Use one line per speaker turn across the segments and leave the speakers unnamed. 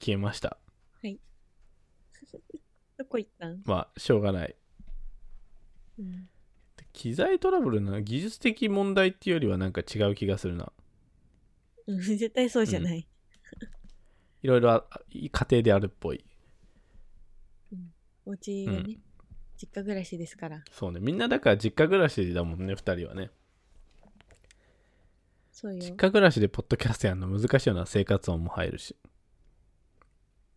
消えました
どこ行ったん、
まあしょうがない
うん、
機材トラブルな技術的問題っていうよりはなんか違う気がするな
うん 絶対そうじゃない。
いろいろあ家庭であるっぽい
お家がね、実家暮らしですから。
そうねみんなだから実家暮らしだもんね2人はね
そうよ。
実家暮らしでポッドキャストやるの難しいよな生活音も入るし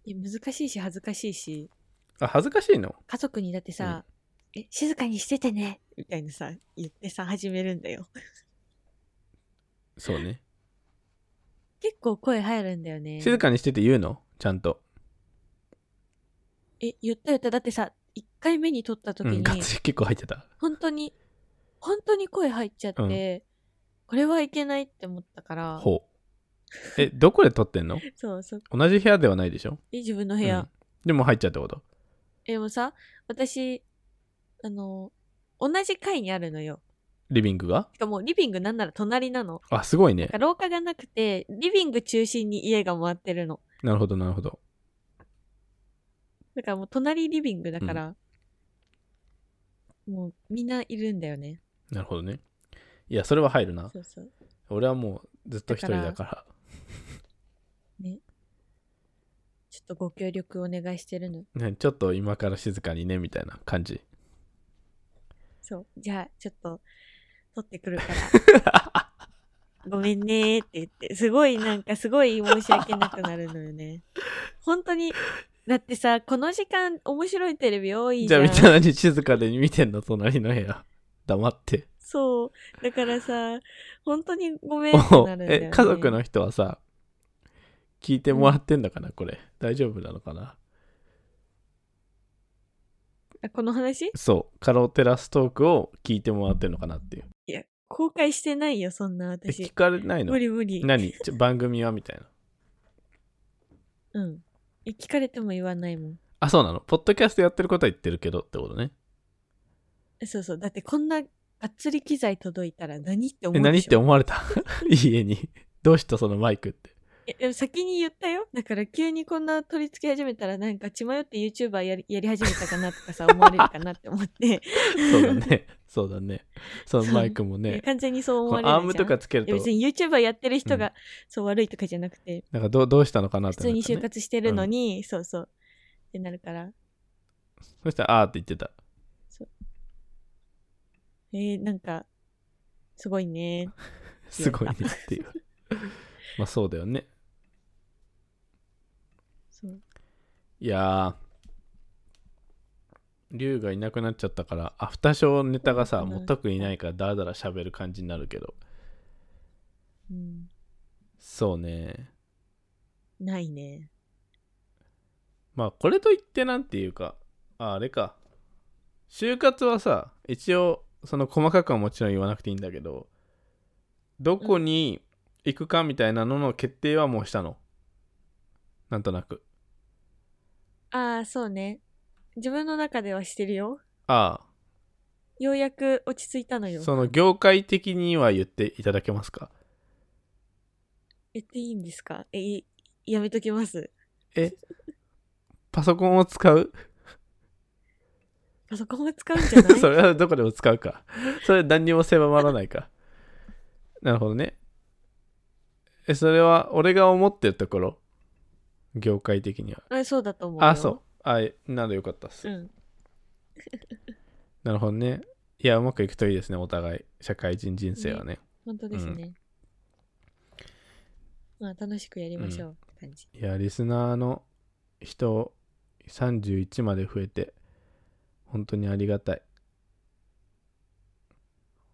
いや難しいし恥ずかしいし、
あ恥ずかしいの
家族にだってさ、え、静かにしててね、みたいなさ、言ってさ、始めるんだよ。
そうね
結構声入るんだよね。
静かにしてて言うのちゃんと、
え、言った言った。だってさ、1回目に撮った時
う
に、
ん、ガッツリ結構入ってた
本当に、本当に声入っちゃって、これはいけないって思ったから、
ほうえどこで撮ってんの
そうそう。
同じ部屋ではないでしょ
え自分の部屋。
うんでも入っちゃうってこと
え、でもさ、私、あの、同じ階にあるのよ。
リビングが
てかもうリビングなんなら隣なの。
あすごいね
だから廊下がなくて、リビング中心に家が回ってるの。
なるほどなるほど
だからもう隣リビングだから、もうみんないるんだよね。
なるほどねいやそれは入るな
そうそう。
俺はもうずっと一人だから
だちょっとご協力お願いしてるの。
ね、ちょっと今から静かにねみたいな感じ
そう。じゃあ、ちょっと、撮ってくるから。 ごめんねーって言って、すごいなんかすごい申し訳なくなるのよね。本当に、だってさ、この時間面白いテレビ多い
じ
じ
ゃ
ゃ
あ
ん。
みんなに静かで見てんの隣の部屋 黙って
そう。だからさ、本当にごめんって
お
なるんだよ、
え
ね。
家族の人はさ聞いてもらってんだかなこれ大丈夫なのかな
あこの話
そうカロテラストークを聞いてもらってんのかなっていう
いや、公開してないよ、そんな
え聞
私。
かれないの
無理無理。
何ちょ番組はみたいな
うん。え聞かれても言わないもん。
あそうなのポッドキャストやってることは言ってるけどってことね
えそうそう。だってこんながっつり機材届いたら何って思
え
うでしょ
何って思われた 家にどうしたそのマイクって
えでも先に言ったよ。だから急にこんな取り付け始めたらなんか血迷って YouTuber やりやり始めたかなとかさ思われるかなって思って。
そうだねそうだねそのマイクも
いや
ね
完全にそう思
こ
われる
の
じゃん。
アームとかつける
いや
と
別に YouTuber やってる人が、
う
そう悪いとかじゃなくて、
なんかどうどうしたのかなっ
普
てな
通
る
に
から
就
ね、
活してるのに、そうそう。ってなるから。
そしたらあーって言ってた
えー、なんか、すごいね。
すごいねっていう まあそうだよね
そう。
いやー龍がいなくなっちゃったからアフターショーネタがさ
そうだね
もう特にないからダラダラ喋る感じになるけど
うん、
そうね
ないね。
まあこれといってなんていうかああれか就活はさ一応その細かくはもちろん言わなくていいんだけどどこに行くかみたいなのの決定はもうしたのなんとなく
ああ、そうね。自分の中ではしてるよ。
あ
ようやく落ち着いたの
あ
よ。
その業界的には言っていただけますか
言っていいんですかえ、いやめときます。
パソコンを使う
パソコンを使うんじゃない
それはどこでも使うかそれ何にも狭まらないかなるほどねえそれは俺が思ってるところ業界的には
あそうだと思うよ。
あ、そう。あ、えならよかったっす。
うん。
なるほどね。いや、うまくいくといいですね、お互い。社会人人生はね。
本当ですね。まあ、楽しくやりましょうって感じ。
いや、リスナーの人、31まで増えて、本当にありがたい。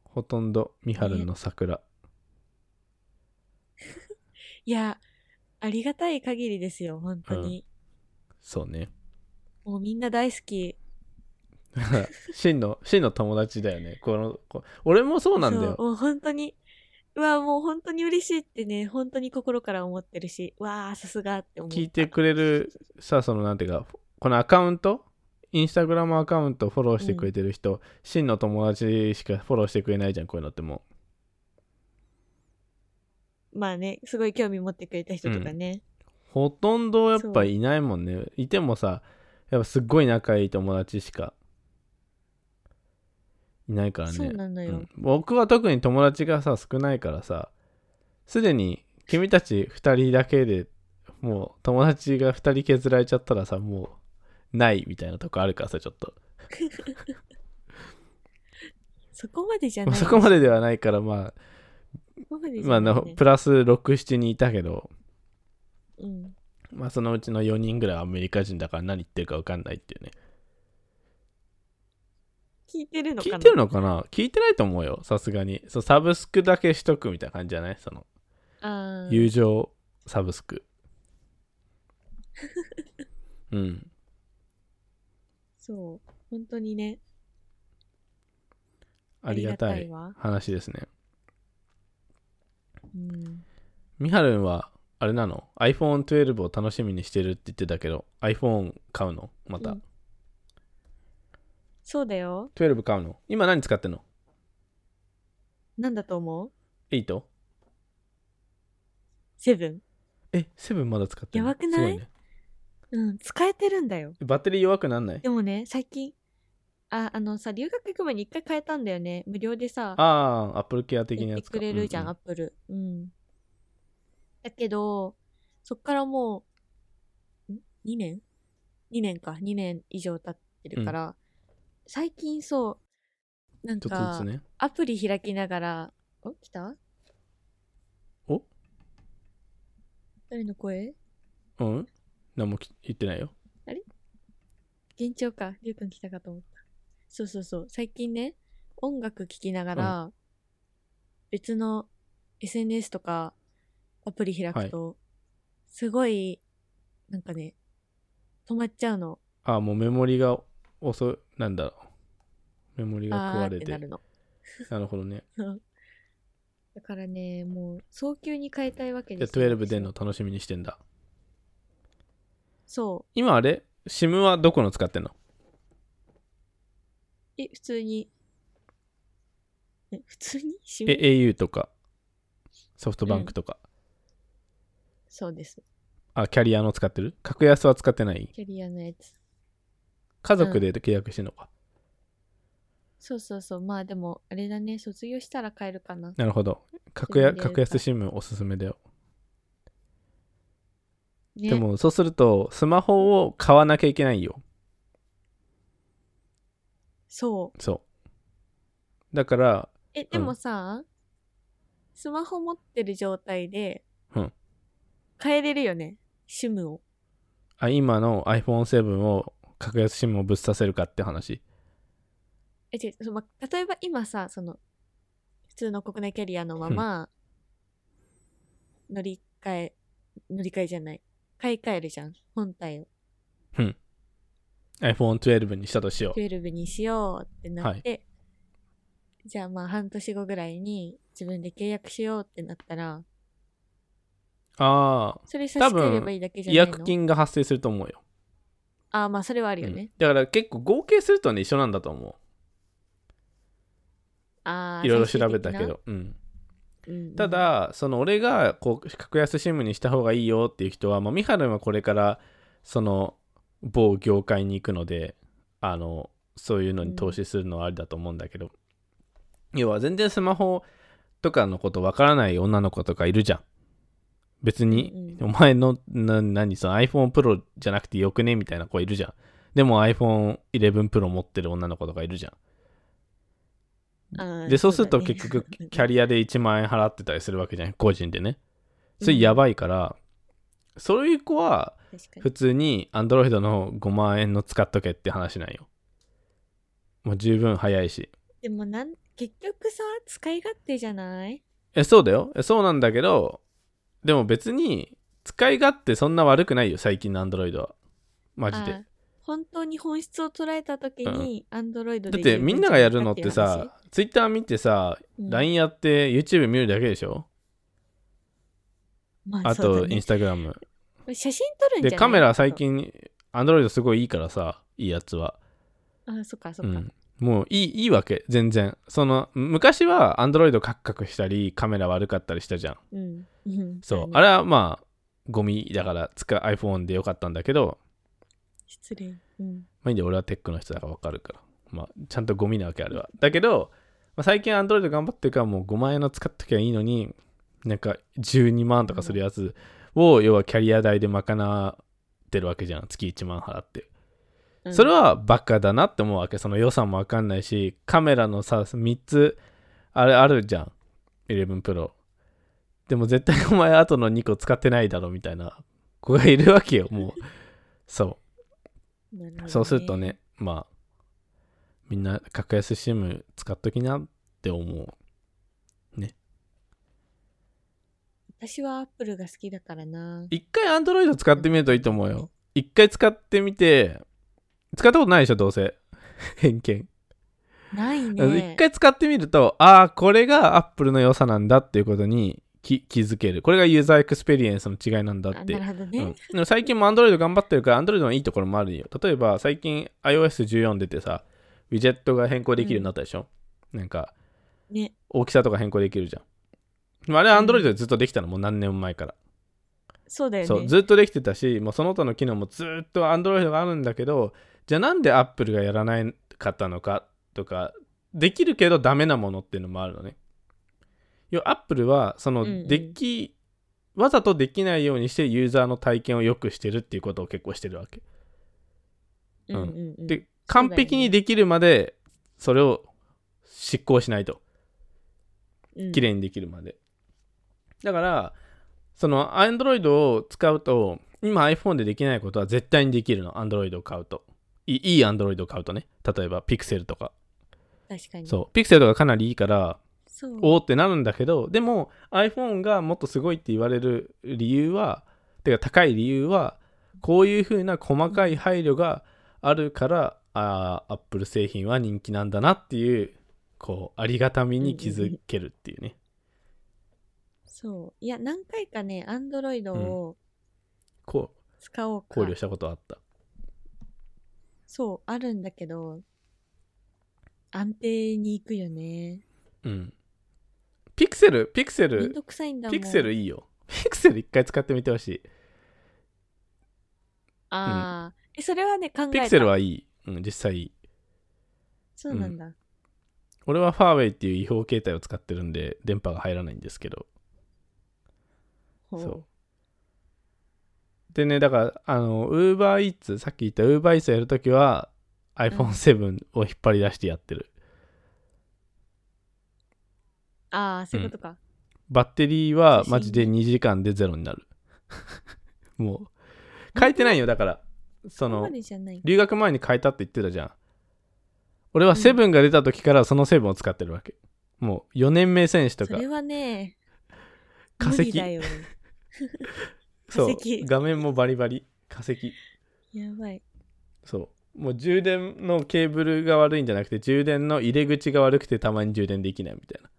ほとんど、みはるの桜。
いや、ありがたい限りですよ、本当に。
そうね。
もうみんな大好き。
だから真の、真の友達だよね。この、こ俺もそうなんだよ。
もう本当に。うわ、もう本当に嬉しいってね、本当に心から思ってるし、わあ、さすがって思う。
聞いてくれるさそのなんていうかこのアカウントインスタグラムアカウントフォローしてくれてる人、真の友達しかフォローしてくれないじゃんこういうのっても
まあね、すごい興味持ってくれた人とかね。
うほとんどやっぱいないもんねいてもさやっぱすっごい仲いい友達しかいないからね
そうなのよ
ん僕は特に友達がさ少ないからさすでに君たち2人だけでもう友達が2人削られちゃったらさもうないみたいなとこあるからさちょっと
そこまでじゃ
ま
な
あ
い。
そこまでではないからまあ
そこまでじゃない、
まあのプラス67人いたけど
うん。
まあそのうちの4人ぐらいはアメリカ人だから何言ってるか分かんないっていうね
聞いてるのか
聞
ない
てるのかな聞いてないと思うよさすがにそうサブスクだけしとくみたいな感じじゃないその
あー
友情サブス クうん
そう。本当にね。
ありがた
あ
い
わ。
話ですね
うん。
みはるんはあれなの iPhone12 を楽しみにしてるって言ってたけど iPhone 買うのまた、
うんそうだよ。
12買うの今何使ってんの
なんだと思う
?8?
セブン。
え7まだ使ってんの
やばくない
すごいね
うん。使えてるんだよ。
バッテリー弱くなんない
でもね、最近、あ、あのさ、留学行く前に一回変えたんだよね。無料でさ、
ああアップルケア的な
や
や
って
つか
くれるじゃん、
う
アッ
う
プル。うん。だけど、そっからもう、ん ?2 年 ?2 年か、2年以上経ってるから、最近そう、なん
ちょっと
か、
ずつね
アプリ開きながら、お来た
お
誰の声
うん何もき言ってないよ
幻聴か、りゅうくん来たかと思った。そうそうそう、最近ね、音楽聴きながら、別の SNS とかアプリ開くと、すごい、なんかね、止まっちゃうの。
ああもうメモリが遅いなんだろうメモリが食
あ
わ
ー
れ
ってて
な
なるの。
るほど ね
だからね、もう、早急に変えたいわけ
じゃ
で
あ
すよ
12出んの楽しみにしてんだ
そ
今あれ SIM はどこの使ってんの
う。え、普通に。え、普通にし
え au とかソフトバンクとか、
そうです。
あキャリアの使ってる格安は使ってない
キャリアのやつ。
家族で契約してんのか、
そうそうそう。まあでも、あれだね、卒業したら変えるかな。
なるほど格安
自分
格
で
安 SIM おすすめだよ、
ね、
でもそうするとスマホを買わなきゃいけないよ
そう。
そうだから
え、でもさ、スマホ持ってる状態で、
うん
変えれるよね、シムを。
あ今の iPhone7 を格安 SIM をぶっ刺せるかって話
え、違う、そのま例えば今さ、その、普通の国内キャリアのまま、乗り換え、乗り換えじゃない。買い替えるじゃん、本体を。
iPhone12 にしたとしよう
12にしようってなって、じゃあまあ半年後ぐらいに自分で契約しようってなったら、
ああ
それ差し替えればいいだけじゃ
違
ないの
約金が発生すると思うよ
ああ、まあそれはあるよ
う
ね
ん。だから結構合計するとね一緒なんだと思
ああ、
ういろいろ調べたけ
最終
ど、うん、
的な。うんうん
た、だその俺がこう格安シムにした方がいいよっていう人は、まあ、みはるんはこれからその某業界に行くのであのそういうのに投資するのはありだと思うんだけど、要は全然スマホとかのことわからない女の子とかいるじゃん別に、
うん
お前のな何その iPhone Pro じゃなくてよくねみたいな子いるじゃんでも iPhone11 Pro 持ってる女の子とかいるじゃん
あー
でそうすると
だね
結 局キャリアで1万円払ってたりするわけじゃん個人でね
うん
それやばいから、そういう子は
確かに
普通に Android の5万円の使っとけって話なんよもう十分早いし
でもなん結局さ使い勝手じゃない
えそうだよえそうなんだけどでも別に使い勝手そんな悪くないよ最近の Android はマジ
あー
で
本当に本質を捉えた時に、アンドロイド
だ
で
って
十分
みんながやるのって
じゃないか
さ Twitter 見てさ、
いう話、うん
LINE やって YouTube 見るだけでしょ
まあ
あ
そうだ
と
ね
Instagram
写真撮るんじ
で
ゃない
カメラ最近 Android すごいいいからさいいやつは
あそっかそっ
う
か、
ん、もういいいいわけ全然その昔はアンドロイドカクカクしたりカメラ悪かったりしたじゃん
うんうん
そう
だ
あ
ね
れはまあゴミだから使う iPhone でよかったんだけど、
失礼。うん。
まあいいんだよ俺はテックの人だから分かるから。まあ、ちゃんとゴミなわけあれは。だけど、まあ、最近 Android 頑張ってるからもう5万円の使っときゃいいのに、なんか12万とかするやつを、要はキャリア代で賄ってるわけじゃん。月1万払って。
うん
それはバカだなって思うわけその予算もわかんないしカメラのさ3つあれあるじゃん 11Pro でも絶対お前後の2個使ってないだろみたいな子がいるわけよもうそ
なるほど
う
ね
そうするとね。まあみんな格安 SIM 使っときなって思う
私はアップルが好きだからな。
一回 Android 使ってみるといいと思うよ一回使ってみて使ったことないでしょどうせ偏見
ない
一
ね。
回使ってみるとああこれがアップルの良さなんだっていうことに気気づけるこれがユーザーエクスペリエンスの違いなんだ
あ
って
なるほど
う
ね
ん。、でも最近も Android 頑張ってるから Android のいいところもあるよ例えば最近 iOS14 出てさウィジェットが変更できるようになったでしょ、なんか
ね。
大きさとか変更できるじゃんでもあれは Android でずっとできたのもう何年も前から
そうだよね。
そうずっとできてたしもうその他の機能もずっと Android があるんだけどじゃあなんで Apple がやらないかったのかとかできるけどダメなものっていうのもあるのね。要は Apple はそ
うんう
の
ん
でき、わざとできないようにしてユーザーの体験を良くしてるっていうことを結構してるわけ。
うんうんうん。
で完璧にできるまでそれを執行しないと。
うん
綺麗にできるまで、だからその Android を使うと今 iPhone でできないことは絶対にできるの Android を買うといいいい Android を買うとね例えば Pixel とか
確かに。
そう Pixel とかかなりいいから
そう。
おおってなるんだけどでも iPhone がもっとすごいって言われる理由はてか高い理由はこういう風な細かい配慮があるからあー Apple 製品は人気なんだなっていうこうありがたみに気づけるっていうね
そう。いや、何回かね、アンドロイドを
こう
使おうか。
考慮したことあった。
そう、あるんだけど、安定に行くよね。
うん。ピクセル、ピクセ
めん
ル、
どくさいんだもん。
ピクセルいいよ。ピクセル一回使ってみてほしい。
ああ、え、それはね、考えた。
ピクセルはいい。うん、実際いい。
そうなんだ。
俺はファーウェイっていう違法携帯を使ってるんで、電波が入らないんですけど。
ほう
そう。でね、だから、あの、UberEats、さっき言った UberEats やるときは、iPhone7 を引っ張り出してやってる。
ああ、そういうことか。
バッテリーは
私
マジで2時間でゼロになる。 もう、変えてないよ、だから。そ
そこ
の
ま、でじゃない。
留学前に変えたって言ってたじゃん俺は
うん
セブンが出た時からそのセブンを使ってるわけもう4年目選手と
そ
か
れはね、
化石
無理だよ。
そう
化石
画面もバリバリ化石
やばい。
そうもう充電のケーブルが悪いんじゃなくて充電の入れ口が悪くてたまに充電できないみたいな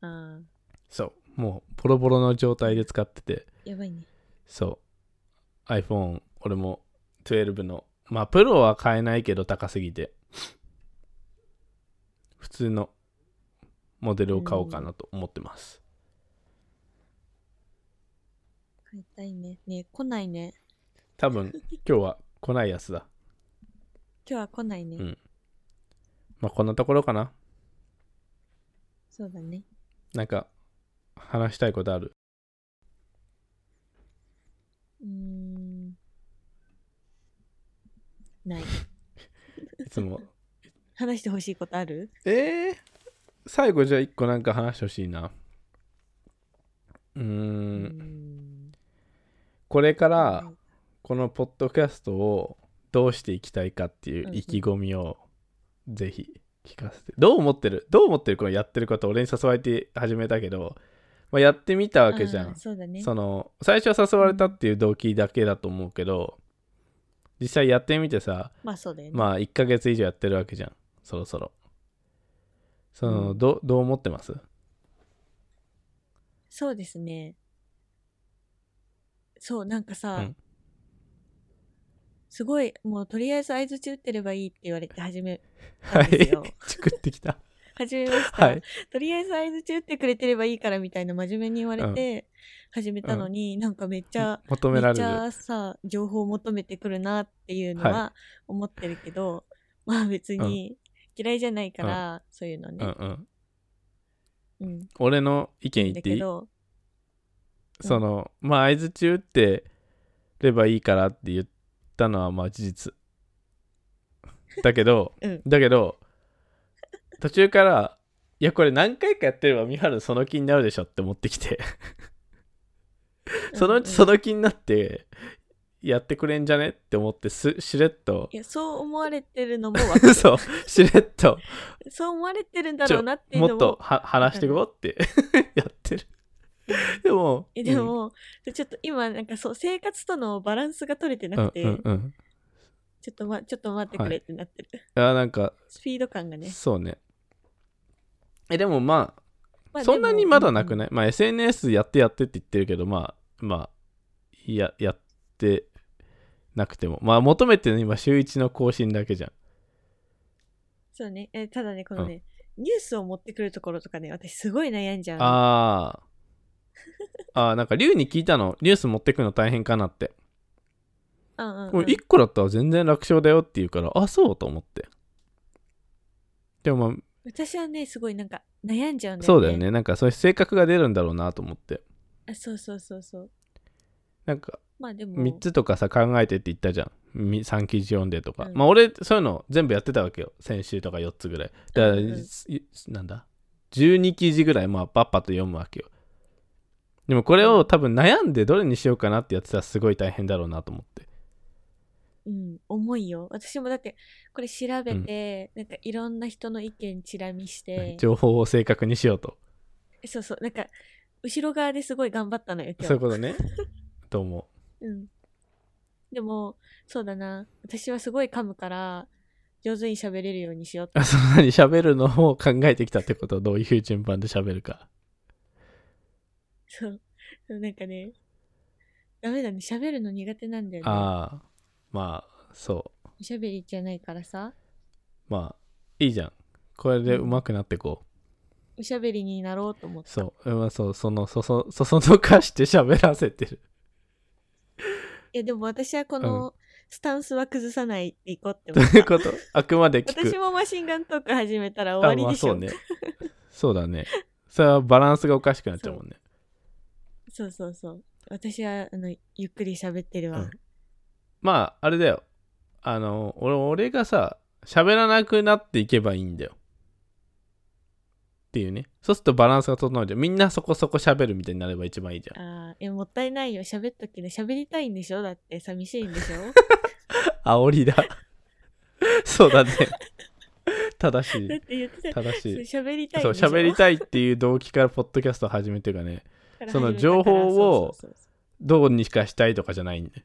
ああ、
そうもうボロボロの状態で使ってて
やばいね。
そう iPhone 俺も12のまあプロは買えないけど高すぎて普通のモデルを買おうかなと思ってます、
買いたいね。ね、来ないね。
多分今日は来ないやつだ
今日は来ないね。
うんまあこんなところかな
そうだね。
なんか話したいことある
うーん。ない。
いつも
話してほしいことある
えー、最後じゃあ一個なんか話してほしいなうー
うんん。
これから
ない
このポッドキャストをどうしていきたいかってい
ん
う
うん
意気込みをぜひ聞かせて、どう思ってるどう思ってるこのやってること俺に誘われて始めたけど、まあ、やってみたわけじゃ
あ
ん
ー、そうだね。
その最初は誘われたっていう動機だけだと思うけど実際やってみてさ
まあそうだよね。
まあ1ヶ月以上やってるわけじゃんそろそろその、
うん
どどう思ってます
そうですね。そう、なんかさ、
うん
すごい、もうとりあえず相槌打ってればいいって言われて始めた
は
んで
い
すよ。
作ってきた
始めました、
はい
とりあえず相づち打ってくれてればいいからみたいな真面目に言われて始めたのに、なんかめっちゃ、
求
め
めら
っ
れ
ち
る
ゃさ情報を求めてくるなっていうのは思ってるけど、まあ別に嫌いじゃないから、そういうの
うんう
ね、
ん
うん
俺の意見言
だ
って
け
いい
ど
そのまあ相づち打ってればいいからって言ったのはまあ事実だけど、
うん
だけど途中からいやこれ何回かやってれば三原その気になるでしょって持ってきてそのうちそ
の、
の気になってやってくれんじゃねって思ってすしれっと
いやそう思われてるのもわか る
そうしれっと
そう思われてるんだろうなっていう
も
の
っ
も
とは話していこうって やってるでも
えで
うん
も、ちょっと今なんかそう生活とのバランスが取れてなくて、
うんうんうん
ちょっとまちょっと待ってくれってなってる、
あなんか
スピード感がね、
そうね。え、でもまあ、
まあ
そんなにまだなく
い、
ない、まあ SNS やってやってって言ってるけど、まあ、まあ、いや、やってなくても。まあ求めてるの今週1の更新だけじゃん。
そうねえただねこのね、ニュースを持ってくるところとかね私すごい悩んじゃうの
ああ。ああ、なんか龍に聞いたの、ニュース持ってくの大変かなって。
うんうんうん
俺1個だったら全然楽勝だよって言うから、あ、そうと思って。でもまあ、
私はねすごいなんか悩んじゃうんだよ
そ
ね
うだよね。なんかそういう性格が出るんだろうなと思って。
あそうそうそうそう
なんか、
まあでも
3つとかさ考えてって言ったじゃん3記事読んでとか、
うん
まあ俺そういうの全部やってたわけよ先週とか4つぐらいだから、
うんうん
いなんだ12記事ぐらいまあパッパと読むわけよでもこれを多分悩んでどれにしようかなってやってたらすごい大変だろうなと思って
うん重いよ私もだってこれ調べて、なんかいろんな人の意見チラ見して
情報を正確にしようと
そうそうなんか後ろ側ですごい頑張ったのよ今日
そういうことね と思
うん。でも、そうだな。私はすごい噛むから、上手に喋れるようにしようっ て
うあそんなに喋るのを考えてきたってことはどういう順番で喋るか
そう。そうなんかね、ダメだね。喋るの苦手なんだよね。
ああまあそう
おしゃべりじゃないからさ、
まあいいじゃんこれで上手くなってこう
おしゃべりになろうと思って。
そう、うんまあ、そう、その、そそ、そそのかして喋らせてる。
いや、でも私はこ
う
の、スタンスは崩さないでいこうって
どう
思っ
いうこ
た。
とあくまで聞く。
私もマシンガントーク始めたら
あ
終わりでし
まあ、
ょ。
そうね。そうだね。それはバランスがおかしくなっちゃうもんね。
そうそうそう私は、あの、ゆっくり喋ってる
う
わ。
んまあ、あれだよ。あの、俺俺がさ、喋らなくなっていけばいいんだよ。っていうね。そうするとバランスが整うじゃん。みんなそこそこ喋るみたいになれば一番いいじゃん。
ああ、いや、もったいないよ。喋っときな。喋りたいんでしょだって、寂しいん でしょ
煽りだ。 そうだね。正しい
だっ。て言ってた
正しい。
そう喋りたい
そ
ん
う、
でしょ
喋りたいっていう動機からポッドキャストを始めてるからね。
から
その
始めたか
情
ら
報を
そうそうそう
どうにかしたいとかじゃないんで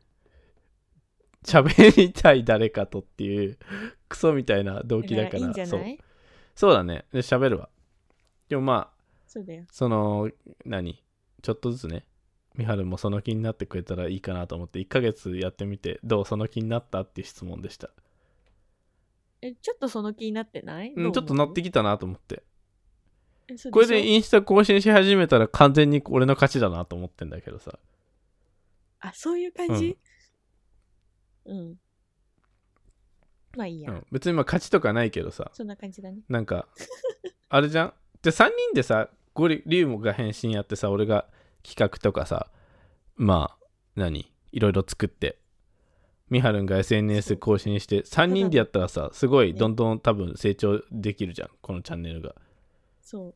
喋りたい誰かとっていうクソみたいな動機だ
だ
か
かららいいんじゃ
そう
ない
そうだねで喋るわでもまあ
そうだよ
その何ちょっとずつねみはるもその気になってくれたらいいかなと思って1ヶ月やってみてどうその気になったっていう質問でした
えちょっとその気になってない
うんちょっと乗ってきたなと思って
き
これでインスタ更新し始めたら完全に俺の勝ちだなと思ってんだけどさ
あそういう感じうん、まあいいや、
うん別にまあ勝ちとかないけどさ
そんな感じだね
なんかあれじゃんで3人でさゴリリュウモが返信やってさ俺が企画とかさまあ何いろいろ作ってみはるんが SNS 更新して3人でやったらさすごい
ね
どんどん多分成長できるじゃんこのチャンネルが、
そう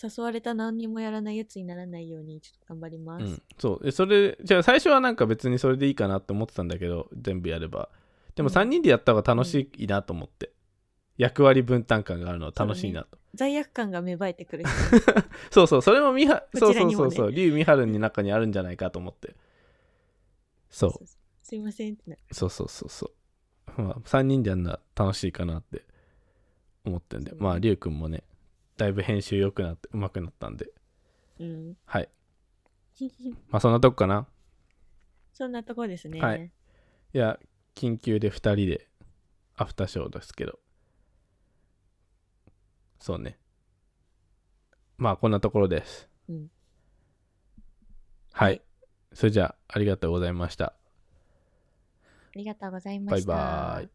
誘われた何にもやらないやつにならないようにちょっと頑張りま
う
す、
ん、そうでそれじゃあ最初はなんか別にそれでいいかなって思ってたんだけど全部やればでも
うん
3人でやった方が楽しいなと思って、役割分担感があるのは楽しいなと
罪悪感が芽生えてくるし
そうそう、それもみは、そ
こ
う
ちら
そう
に
そ
も
う
ね
そう、竜みはるんの中にあるんじゃないかと思って。そう
そうそうすいませんってな
そうそうそうそう。まあ、3人でやるのは楽しいかなって思ってんで、
そうね
まあ、竜くんもね、だいぶ編集良くなって、上手くなったんで、
うん
はい。まあ、そんなとこかな。
そんなとこですね、
はいいや、緊急で2人で、アフターショーですけど。そうね。まあこんなところです。
うん
はい。それじゃあ、ありがとうございました。
ありがとうございま
バイ
した。
バーイ。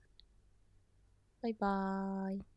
バイバーイ。